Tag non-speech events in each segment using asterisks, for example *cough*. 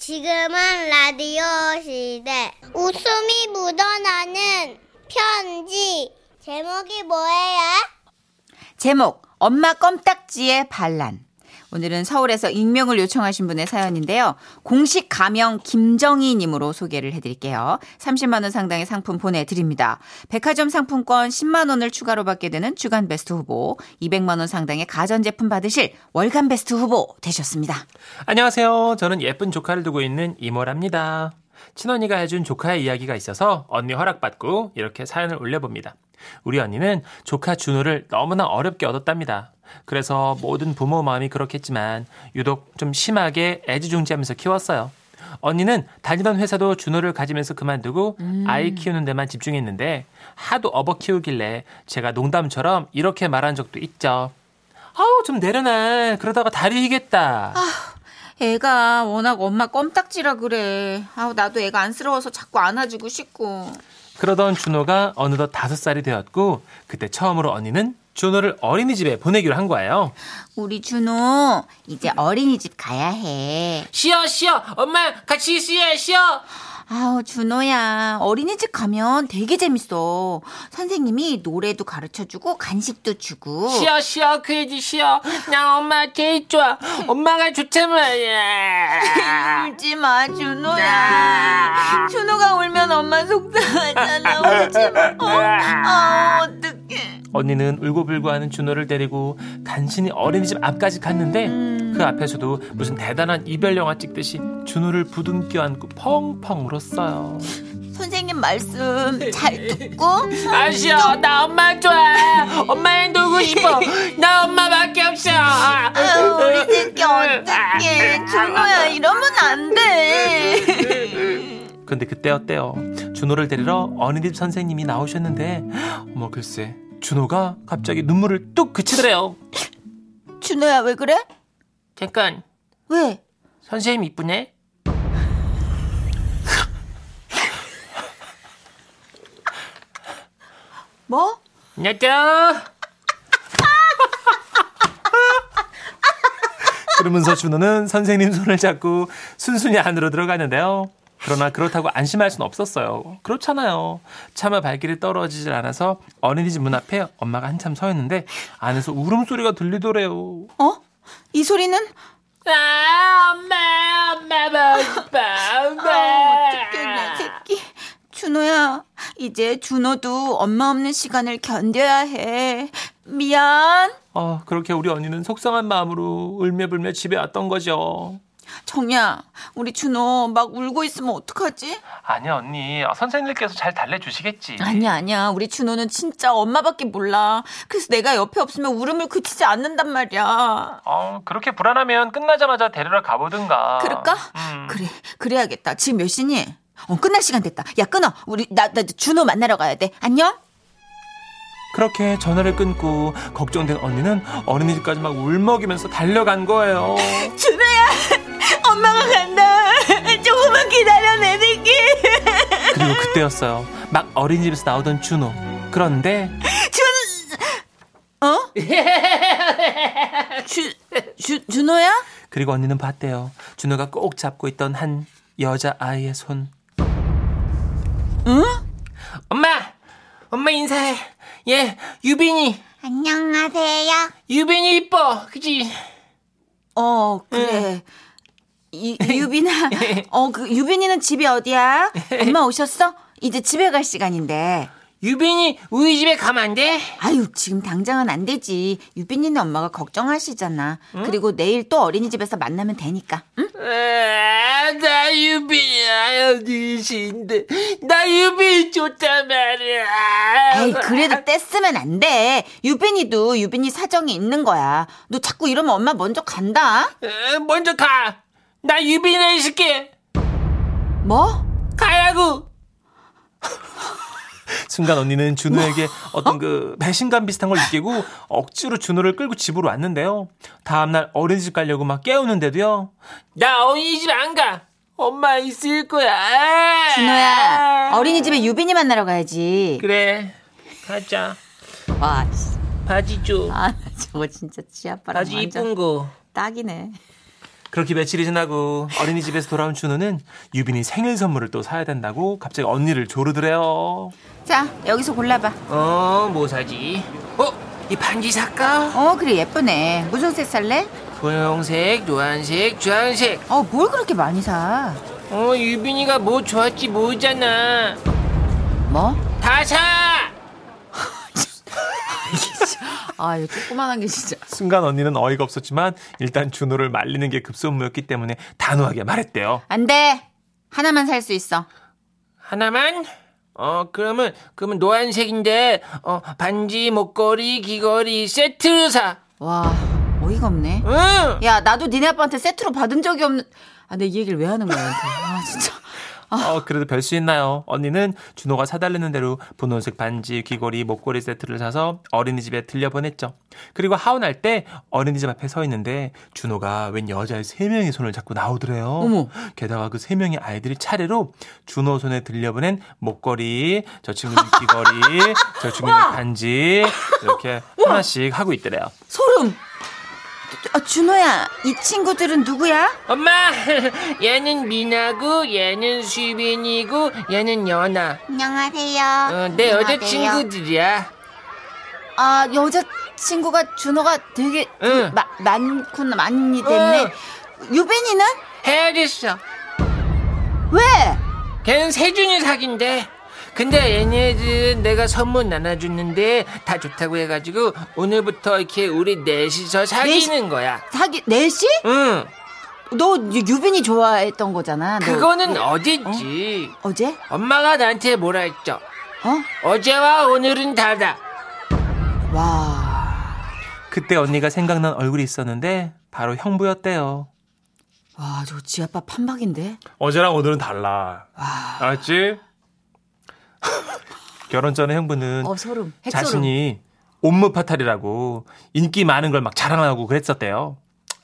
지금은 라디오 시대. 웃음이 묻어나는 편지. 제목이 뭐예요? 제목 엄마 껌딱지의 반란. 오늘은 서울에서 익명을 요청하신 분의 사연인데요. 공식 가명 김정희 님으로 소개를 해드릴게요. 30만 원 상당의 상품 보내드립니다. 백화점 상품권 10만 원을 추가로 받게 되는 주간 베스트 후보, 200만 원 상당의 가전제품 받으실 월간 베스트 후보 되셨습니다. 안녕하세요. 저는 예쁜 조카를 두고 있는 이모랍니다. 친언니가 해준 조카의 이야기가 있어서 언니 허락받고 이렇게 사연을 올려봅니다. 우리 언니는 조카 준호를 너무나 어렵게 얻었답니다. 그래서 모든 부모 마음이 그렇겠지만 유독 좀 심하게 애지중지하면서 키웠어요. 언니는 다니던 회사도 준호를 가지면서 그만두고 아이 키우는 데만 집중했는데 하도 업어 키우길래 제가 농담처럼 이렇게 말한 적도 있죠. 아우 좀 내려놔 그러다가 다리 휘겠다. 애가 워낙 엄마 껌딱지라 그래. 아우 나도 애가 안쓰러워서 자꾸 안아주고 싶고. 그러던 준호가 어느덧 다섯 살이 되었고 그때 처음으로 언니는 준호를 어린이집에 보내기로 한 거예요. 우리 준호 이제 어린이집 가야 해. 쉬어 쉬어 엄마 같이 쉬어 쉬어. 아우 준호야 어린이집 가면 되게 재밌어 선생님이 노래도 가르쳐주고 간식도 주고 쉬어 그래지 쉬어 나 엄마 제일 좋아 엄마가 좋잖아 예. 울지마 준호야 준호가 울면 엄마 속상하잖아 울지마 어? 아 어떡해 언니는 울고불고 하는 준호를 데리고 간신히 어린이집 앞까지 갔는데 그 앞에서도 무슨 대단한 이별 영화 찍듯이 준호를 부둥켜 안고 펑펑 울었어요 선생님 말씀 잘 듣고 어, 아쉬워 나 엄마 좋아 엄마는 누구 싶어 나 엄마밖에 없어 아유, 우리 새끼 어떡해 준호야 이러면 안돼 근데 그때였대요 준호를 데리러 어린이집 선생님이 나오셨는데 어머 글쎄 준호가 갑자기 눈물을 뚝 그치더래요 준호야 왜 그래? 잠깐 왜? 선생님 이쁘네 뭐? 안녕하세요 그러면서 준호는 선생님 손을 잡고 순순히 안으로 들어가는데요 그러나 그렇다고 안심할 순 없었어요 그렇잖아요 차마 발길이 떨어지질 않아서 어린이집 문 앞에 엄마가 한참 서 있는데 안에서 울음소리가 들리더래요 어? 이 소리는 아, 엄마, 엄마, 보고 싶어, 아, 어떡해, 내 새끼. 준호야, 이제 준호도 엄마 없는 시간을 견뎌야 해. 미안. 어, 그렇게 우리 언니는 속상한 마음으로 울며불며 집에 왔던 거죠. 정야, 우리 준호 막 울고 있으면 어떡하지? 아니야, 언니. 선생님께서 잘 달래주시겠지. 아니야, 아니야. 우리 준호는 진짜 엄마밖에 몰라. 그래서 내가 옆에 없으면 울음을 그치지 않는단 말이야. 어, 그렇게 불안하면 끝나자마자 데리러 가보든가. 그럴까? 어, 음. 그래, 그래야겠다. 지금 몇 시니? 어, 끝날 시간 됐다. 야, 끊어. 우리, 나, 나 준호 만나러 가야 돼. 안녕? 그렇게 전화를 끊고 걱정된 언니는 어린이집까지 막 울먹이면서 달려간 거예요. 준호야, *laughs* 엄마가 간다. *laughs* 조금만 기다려, 내 새끼. 그리고 그때였어요. 막 어린이집에서 나오던 준호. 그런데 어? 주, 주, 준호야? 그리고 언니는 봤대요. 준호가 꼭 잡고 있던 한 여자 아이의 손. 응? 엄마, 엄마 인사해. 예, 유빈이, 안녕하세요. 유빈이 이뻐, 그지? 어, 그래. 이, 유빈아, 어, 그, 유빈이는 집이 어디야? 엄마 오셨어? 이제 집에 갈 시간인데. 유빈이 우리 집에 가면 안 돼? 아유, 지금 당장은 안 되지. 유빈이는 엄마가 걱정하시잖아. 그리고 내일 또 어린이집에서 만나면 되니까. 응? 아, 나 유빈이 어디신데? 나 유빈이 좋단 말이야. 에이, 그래도 떼쓰면 안 돼. 유빈이도 유빈이 사정이 있는 거야. 너 자꾸 이러면 엄마 먼저 간다. 어, 먼저 가. 나 유빈이 해줄게. 뭐? 가라고. 순간 언니는 준호에게 어떤 그 배신감 비슷한 걸 느끼고 억지로 준호를 끌고 집으로 왔는데요. 다음날 어린이집 가려고 막 깨우는데도요. 나 어린이집 안 가. 엄마 있을 거야. 준호야 어린이집에 유빈이 만나러 가야지. 그래. 가자. 와, 씨. 바지 줘. 아, 나 저거 진짜 치아바람 완전 거. 딱이네. 그렇게 며칠이 지나고 어린이집에서 돌아온 준우는 유빈이 생일 선물을 또 사야 된다고 갑자기 언니를 조르더래요. 자, 여기서 골라봐. 어, 뭐 사지? 어, 이 반지 살까? 어, 그래, 예쁘네. 무슨 색 살래? 분홍색, 노란색, 주황색. 어, 뭘 그렇게 많이 사? 어, 유빈이가 뭐 좋았지 모르잖아. 뭐? 다 사! 아, 이거 조그만한 게 진짜. 순간 언니는 어이가 없었지만 일단 준호를 말리는 게 급선무였기 때문에 단호하게 말했대요. 안 돼! 하나만 살 수 있어. 하나만? 어, 그러면, 그러면 노란색인데, 어, 반지, 목걸이, 귀걸이, 세트로 사. 와, 어이가 없네. 응! 야, 나도 니네 아빠한테 세트로 받은 적이 없는. 아, 내 이 얘기를 왜 하는 거야, 나한테. 아, 진짜. 어, 그래도 별 수 있나요? 언니는 준호가 사달라는 대로 분홍색 반지, 귀걸이, 목걸이 세트를 사서 어린이집에 들려보냈죠. 그리고 하원할 때 어린이집 앞에 서 있는데 준호가 웬 여자의 세 명의 손을 잡고 나오더래요. 어머. 게다가 그 세 명의 아이들이 차례로 준호 손에 들려보낸 목걸이, 저 친구는 귀걸이, 저 친구는 반지 이렇게 하나씩 하고 있더래요. 소름! 아, 준호야, 이 친구들은 누구야? 엄마! *laughs* 얘는 민아고, 얘는 수빈이고, 얘는 연아. 안녕하세요. 어, 내 여자친구들이야. 아, 여자친구가 준호가 되게 응. 마, 많군, 많이 됐네. 응. 유빈이는? 헤어졌어. 왜? 걔는 세준이 사귄대. 근데 얘네들은 내가 선물 나눠줬는데 다 좋다고 해가지고 오늘부터 이렇게 우리 넷이서 사귀는 거야. 사기, 넷이? 응. 너 유- 유빈이 좋아했던 거잖아. 뭐, 너 그거는 어딨지. 어제? 엄마가 나한테 뭐라 했죠? 어? 어제와 오늘은 다다. 와. 그때 언니가 생각난 얼굴이 있었는데 바로 형부였대요. 와, 저 지 아빠 판박인데? 어제랑 오늘은 달라. 알았지? *laughs* 결혼 전에 형부는 어, 소름. 핵소름. 자신이 옴므 파탈이라고 인기 많은 걸 막 자랑하고 그랬었대요.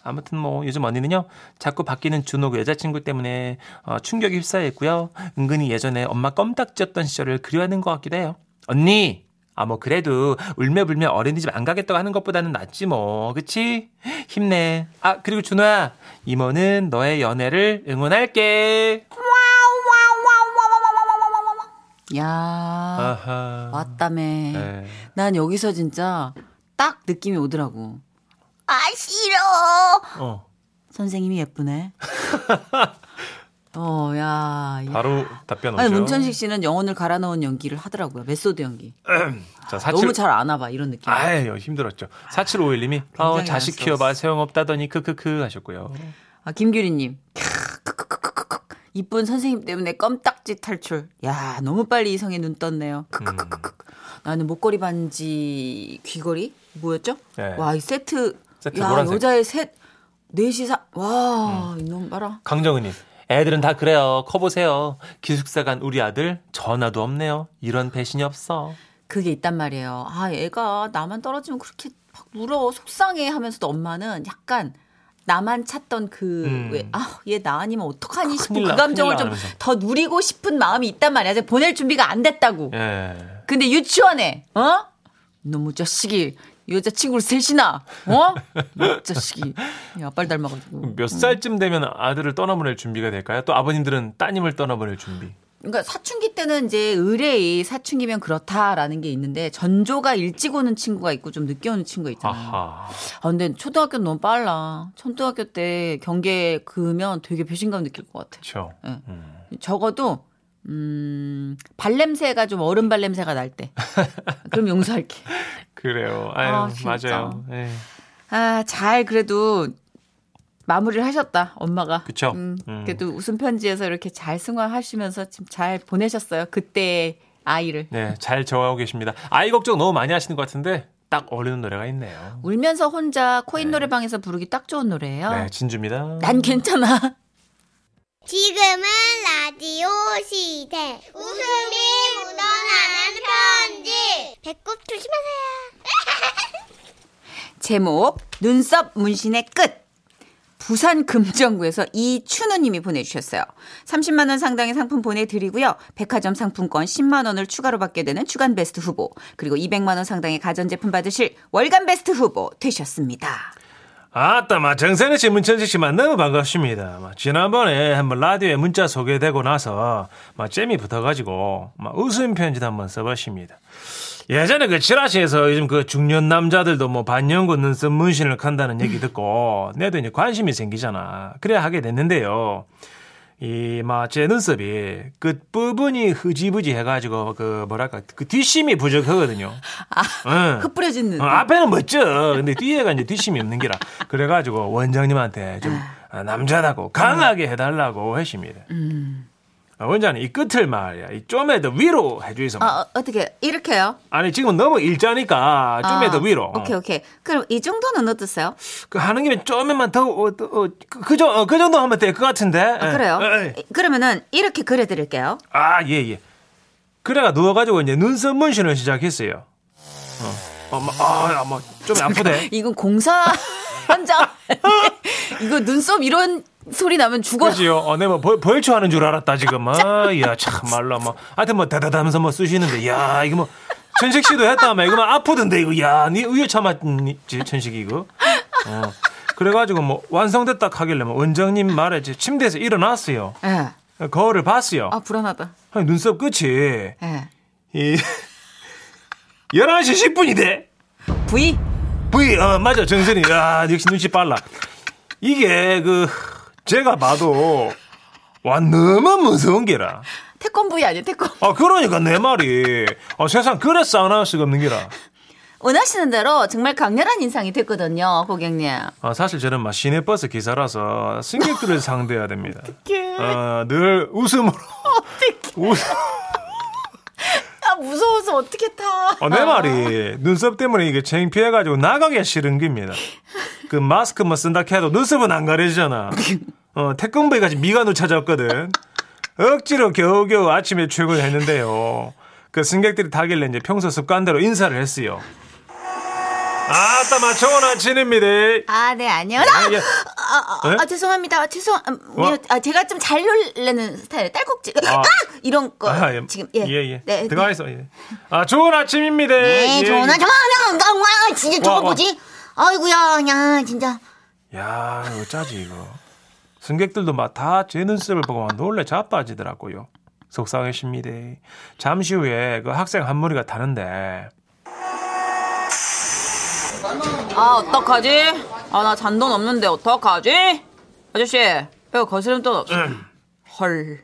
아무튼 뭐 요즘 언니는요 자꾸 바뀌는 준호 그 여자친구 때문에 어, 충격이 휩싸였고요. 은근히 예전에 엄마 껌딱지였던 시절을 그리워하는 것 같기도 해요. 언니, 아 뭐 그래도 울며불며 어린이집 안 가겠다고 하는 것보다는 낫지 뭐, 그치? 힘내. 아 그리고 준호야, 이모는 너의 연애를 응원할게. 야. 아하. 왔다며. 네. 난 여기서 진짜 딱 느낌이 오더라고. 아 싫어. 어, 선생님이 *laughs* 예쁘네. 어, 야. 이- 바로 답변 오죠. 아니, 문천식 씨는 영혼을 갈아 넣은 연기를 하더라고요. 메소드 연기. *clears throat* 자, 너무 47... 잘 아나 봐, 이런 느낌. 아유 힘들었죠. 4751님이 어, 굉장히 자식 안쓰러웠어요. 키워봐 소용없다더니 크크크 하셨고요. 아, 김규리님. 크크크크크크. 이쁜 선생님 때문에 껌딱지 탈출. 야, 너무 빨리 이성에 눈 떴네요. 크크크크크. 음. 나는 목걸이 반지 귀걸이 뭐였죠? 네. 와, 이 세트. 세트 야, 노란색. 음. 여자의 셋 넷이 사. 와, 이놈 봐라. 강정은님 애들은 다 그래요. 커 보세요. 기숙사 간 우리 아들 전화도 없네요. 이런 배신이 없어. 그게 있단 말이에요. 아, 얘가 나만 떨어지면 그렇게 막 울어. 속상해 하면서도 엄마는 약간 나만 찾던 그, 음. 왜, 아, 얘 나 아니면 어떡하니 싶은 큰일 그 나, 감정을 큰일 나 좀 더 누리고 싶은 마음이 있단 말이야. 아직 보낼 준비가 안 됐다고. 예. 근데 유치원에, 어? 너무 자식이, 여자친구를 셋이나, 어? 자식이. 야, 빨리 닮아가지고. 몇 살쯤 되면 아들을 떠나보낼 준비가 될까요? 또 아버님들은 따님을 떠나보낼 준비. 그러니까 사춘기 때는 이제 의뢰이 사춘기면 그렇다라는 게 있는데 전조가 일찍 오는 친구가 있고 좀 늦게 오는 친구가 있잖아요. 아하. 아, 근데 초등학교 는 너무 빨라. 초등학교 때 경계 그으면 되게 배신감 느낄 것 같아. 그렇죠. 예. 음. 적어도 음 발냄새가 좀 어른 발냄새가 날 때. 그럼 용서할게. 그래요. 아유, 아, 진짜. 맞아요. 예. 아 잘 그래도 마무리를 하셨다 엄마가. 그쵸. 음, 음. 그래도 웃음 편지에서 이렇게 잘 승화하시면서 지금 잘 보내셨어요. 그때 아이를. 네, 잘 저하고 계십니다. 아이 걱정 너무 많이 하시는 것 같은데 딱 어울리는 노래가 있네요. 울면서 혼자 코인 노래방에서 부르기 딱 좋은 노래예요. 네, 진주입니다. 난 아. 괜찮아. *laughs* 지금은 라디오 시대. 웃음이 묻어나는 편지. 배꼽 조심하세요. 제목 눈썹 문신의 끝. 부산 금정구에서 이춘우님이 보내주셨어요. 30만 원 상당의 상품 보내드리고요. 백화점 상품권 10만 원을 추가로 받게 되는 주간 베스트 후보 그리고 200만 원 상당의 가전제품 받으실 월간 베스트 후보 되셨습니다. 아따, 마, 정선혜 씨, 문천식 씨, 마, 너무 반갑습니다. 마, 지난번에 한번 라디오에 문자 소개되고 나서, 마, 잼이 붙어가지고, 마, 웃음 편지도 한번 써봤습니다. 예전에 그 지라시에서 요즘 그 중년 남자들도 뭐 반영구 눈썹 문신을 칸다는 얘기 듣고, 내도 이제 관심이 생기잖아. 그래야 하게 됐는데요. 이, 마, 제 눈썹이 끝부분이 흐지부지 해가지고, 그, 뭐랄까, 그 뒷심이 부족하거든요. 아, 응. 흩뿌려진 눈. 어, 앞에는 멋져. 근데 뒤에가 이제 뒷심이 없는 기라. 그래가지고 원장님한테 좀 아, 남자다고 강하게 음. 해달라고 했습니다. 아, 원장님 이 끝을 말이야. 좀에더 위로 해주이소. 아, 어, 어떻게 이렇게요? 아니 지금 너무 일자니까 좀에더 아, 위로. 어. 오케이 오케이. 그럼 이 정도는 어떠세요? 그 하는 김에 좀에만 더 어, 더, 어, 그, 그, 정- 어, 그 정도 하면 될 것 같은데. 아, 예. 그래요? 예, 예. 그러면은 이렇게 그려드릴게요. 아 예, 예. 그래가 누워가지고 이제 눈썹 문신을 시작했어요. 어, 어, 마- 아, 뭐, 좀 아프대. 이건 공사 *laughs* 현장. *laughs* 이거 눈썹 이런 소리 나면 죽어. 요 그지요. 어, 내뭐 벌초하는 줄 알았다 지금. 아, 야 참말로 뭐. 하여튼 뭐 다다다면서 뭐 쑤시는데, 야 이거 뭐 천식 씨도 했다며 이거 막 아프던데 이거. 야, 니 위에 참았지 천식이 이거. 어. 그래가지고 뭐 완성됐다 하길래 뭐 원장님 말에 이제 침대에서 일어났어요. 예. 거울을 봤어요. 아 불안하다. 아니, 눈썹 끝이 예. 이 *laughs* 11시 10분이 돼. V. V 어 맞아 정선이 야 역시 눈치 빨라 이게 그 제가 봐도 와 너무 무서운 게라 태권 V 아니에요? 태권. 아 그러니까 내 말이 아 세상 그래서 아나운서가 없는 게라 원하시는 대로 정말 강렬한 인상이 됐거든요, 고객님. 아, 사실 저는 막 시내버스 기사라서 승객들을 상대해야 됩니다 아, 늘 웃음으로 웃음 아 무서워서 어떻게 타? 어, 내 말이 눈썹 때문에 이게 창피해가지고 나가기 싫은 겁니다. 그 마스크 만 쓴다 해도 눈썹은 안 가려지잖아. 어, 태권브이까지 미간으로 찾아왔거든. 억지로 겨우겨우 아침에 출근했는데요. 그 승객들이 타길래 이제 평소 습관대로 인사를 했어요. 아따 마 좋은 아침입니다. 아, 네, 안녕. 아, 예. 아, 아, 네? 아, 죄송합니다. 아, 죄송, 아, 미안. 아, 제가 좀 잘 놀래는 스타일. 딸꾹질. 아. 아, 이런 거. 아, 예. 지금, 예, 예. 예. 네. 들어가 있어. 예. 아 좋은 아침입니다. 네, 예, 전화 전화 예. 전화 전화 와 진짜 와, 저거 와. 뭐지? 아이고야, 야 진짜. 야, 어쩌지 이거. 승객들도 막 다 제 눈썹을 보고 막 놀래 자빠지더라고요. 속상했습니다. 잠시 후에 그 학생 한 무리가 타는데 아, 어떡하지? 아, 나 잔돈 없는데 어떡하지? 아저씨, 배가 거스름 돈 없어. 음. 헐.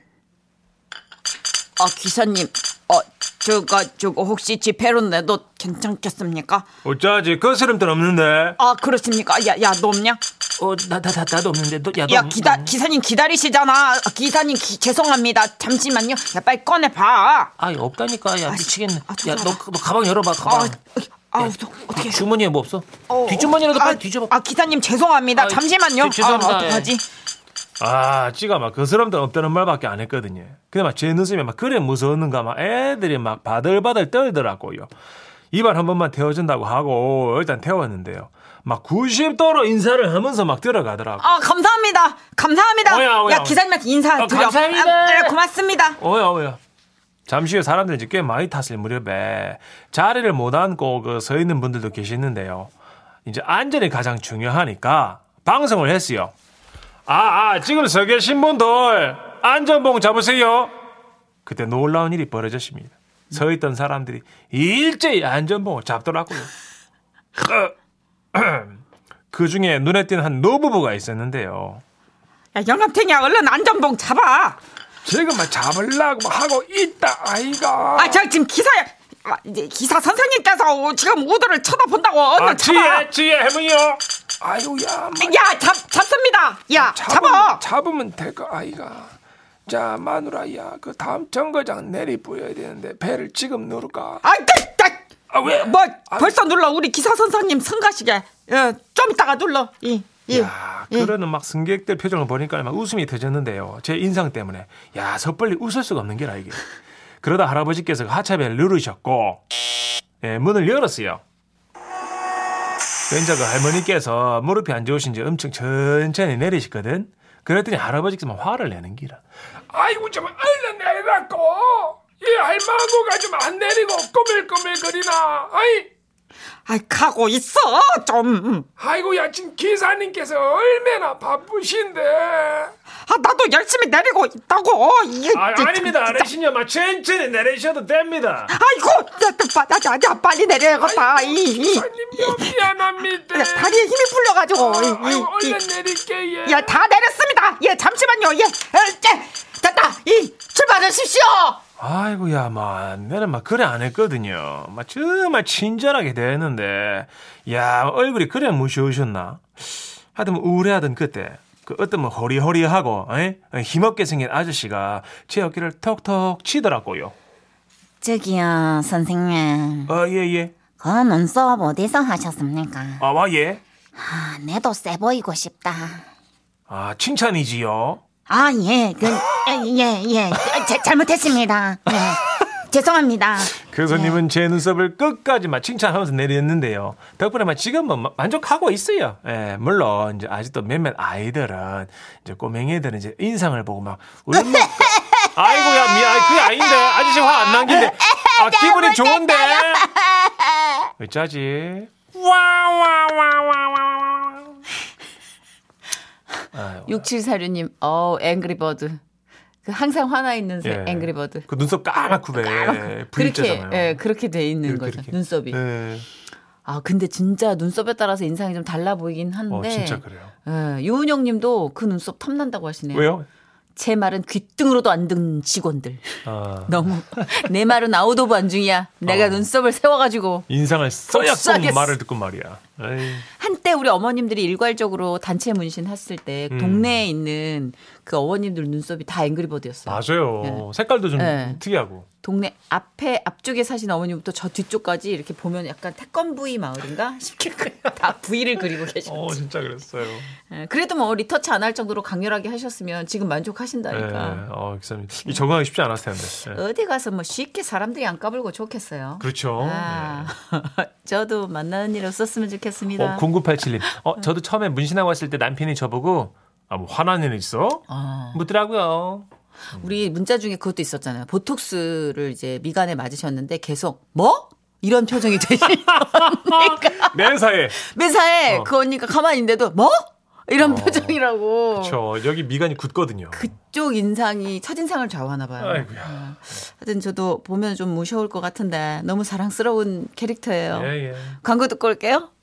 아, 기사님. 어, 저거, 저거 혹시 지폐로 내도 괜찮겠습니까? 어쩌지 거스름돈 없는데 아, 그렇습니까? 야, 야, 너 없냐? 어, 나, 나, 나, 나도 없는데, 너, 야, 너. 야, 음. 기다, 기사님 기다리시잖아. 아, 기사님, 기- 죄송합니다. 잠시만요. 야, 빨리 꺼내봐. 아, 없다니까, 야, 미치겠네. 아, 야, 죄송하다. 너, 그- 너 가방 열어봐, 아, 가방. 아, 우 어떻게. 주머니에 뭐 없어? 뒷주머니라도 빨리 뒤져봐. 아, 기사님, 죄송합니다. 아, 잠시만요. 죄- 죄송합니다. 아, 어떡하지? 아 찌가 막 거스름돈 없다는 말밖에 안 했거든요. 근데 막 제 눈썹이 막 그래 무서웠는가 막 애들이 막 바들바들 떨더라고요. 이발 한 번만 태워준다고 하고 일단 태웠는데요. 막 90도로 인사를 하면서 막 들어가더라고. 아, 감사합니다. 감사합니다. 오야, 오야, 야, 기사님한테 인사 아, 드려. 감사합니다. 아, 네, 고맙습니다. 어야 어야. 잠시 후에 사람들이 이제 꽤 많이 탔을 무렵에 자리를 못 앉고 그 서 있는 분들도 계시는데요. 이제 안전이 가장 중요하니까 방송을 했어요. 아, 아, 지금 서 계신 분들 안전봉 잡으세요. 그때 놀라운 일이 벌어졌습니다. 서 있던 사람들이 일제히 안전봉을 잡더라고요. *laughs* 그 중에 눈에 띈 한 노부부가 있었는데요. 야, 영감탱이야, 얼른 안전봉 잡아. 지금 막 잡으려고 하고 있다, 아이가. 아, 저 지금 기사야. 아, 이제 기사 선생님께서 오- 지금 우도를 쳐다본다고 얼른 잡아. 지혜 해문이요. 아유야, 야, 잡, 잡습니다. 야, 잡아. 잡으면 될 거 아이가. 자, 마누라야, 그 다음 정거장 내리 뿌려야 되는데 배를 지금 누를까? 아, 그, 나, 아 왜? 뭐, 벌써 눌러. 우리 기사 선생님 성가시게. 예, 좀 이따가 눌러. 이, 예. 이. 야, 그러는 막 승객들 표정을 보니까 막 웃음이 터졌는데요. 제 인상 때문에 야 섣불리 웃을 수가 없는 게라 이게. 그러다 할아버지께서 그 하차벨 누르셨고 예, 문을 열었어요. 왠지 그 할머니께서 무릎이 안 좋으신지 엄청 천천히 내리시거든. 그랬더니 할아버지께서 막 화를 내는 기라. 아이고 좀 얼른 내리라고. 이 할망구가 좀 안 내리고 꾸밀꾸밀거리나. 아이 아이, 가고 있어, 좀. 아이고 야 지금 기사님께서 얼마나 바쁘신데 아, 나도 열심히 내리고 있다고. 이게 아, 진짜- 아닙니다 아저씨님 천천히 내리셔도 됩니다 아이고, 나, 나, 나, 나, 나 빨리 내려야겠다. 아, 이, 이, 기사님 너무 미안합니다 야, 다리에 힘이 풀려가지고. 이, 아이고 이, 얼른 이. 내릴게요 야, 예, 다 내렸습니다. 예, 잠시만요. 예, 예, 예, 됐다. 이, 출발하십시오. 아이고야, 마, 내는 막 그래 안 했거든요. 막 정말 친절하게 대했는데, 야 얼굴이 그래 무시오셨나? 하여튼 뭐 우울해하던 그때, 그 어떤 뭐 허리허리하고, 에? 힘없게 생긴 아저씨가 제 어깨를 턱턱 치더라고요. 저기요, 선생님. 아, 예, 예. 그 눈썹 어디서 하셨습니까? 아, 와, 예. 아, 내도 쎄 보이고 싶다. 아, 칭찬이지요. 아, 예, 그, 예, 예. 아, 제- 잘못했습니다. 예. 죄송합니다. 그 손님은 제 눈썹을 끝까지 막 칭찬하면서 내렸는데요. 덕분에 막 지금은 뭐 막 만족하고 있어요. 예, 물론 이제 아직도 몇몇 아이들은 이제 꼬맹이들은 이제 인상을 보고 막 *laughs* 우리 엄마 아이고야 미안 그게 아닌데 아저씨 화 안 *laughs* 남긴데 아 기분이 *laughs* 좋은데 어쩌지? 와와와와와 6746님, 어, 앵그리버드. 그 항상 화나 있는 새, 앵그리버드. 그 눈썹 까맣고 왜 그렇게, V자잖아요. 예, 그렇게 돼 있는 이렇게, 거죠. 이렇게. 눈썹이. 예. 아, 근데 진짜 눈썹에 따라서 인상이 좀 달라 보이긴 한데. 어 진짜 그래요. 예, 유은영 님도 그 눈썹 탐난다고 하시네요. 왜요? 제 말은 귓등으로도 안 듣는 직원들. 아, 너무. *laughs* 내 말은 아웃 오브 안중이야. 내가 어. 눈썹을 세워가지고. 인상을 써야 꼭 속삭였어. 말을 듣고 말이야. 에이. 한때 우리 어머님들이 일괄적으로 단체 문신 했을 때 음. 동네에 있는 그 어머님들 눈썹이 다 앵그리버드였어요. 맞아요. 예. 색깔도 좀 예. 특이하고. 동네 앞에 앞쪽에 사신 어머님부터 저 뒤쪽까지 이렇게 보면 약간 태권 부위 마을인가 *laughs* 싶게 다 부위를 그리고 어, 계셨지. 진짜 그랬어요. 예, 그래도 뭐 리터치 안 할 정도로 강렬하게 하셨으면 지금 만족하신다니까. 예. 어, 기사님. 이 적응하기 쉽지 않았을 텐데. 예. 어디 가서 뭐 쉽게 사람들이 안 까불고 좋겠어요. 그렇죠. 아, *laughs* 저도 만나는 일 없었으면 예. 어, 좋겠습니다. 0987님. 어, 저도 처음에 문신하고 왔을 때 남편이 저보고 아, 뭐 화난 일 있어? 아. 묻더라고요. 우리 문자 중에 그것도 있었잖아요. 보톡스를 이제 미간에 맞으셨는데 계속 뭐? 이런 표정이 *laughs* 되시니까 그러니까 매사에. 매사에 어. 그 언니가 가만히 있는데도 뭐? 이런 표정이라고. 저 여기 미간이 굳거든요. 그쪽 인상이 첫인상을 좌우하나 봐요. 아이고야. 아, 하여튼 저도 보면 좀 무서울 것 같은데 너무 사랑스러운 캐릭터예요. 예, 예. 광고 듣고 올게요.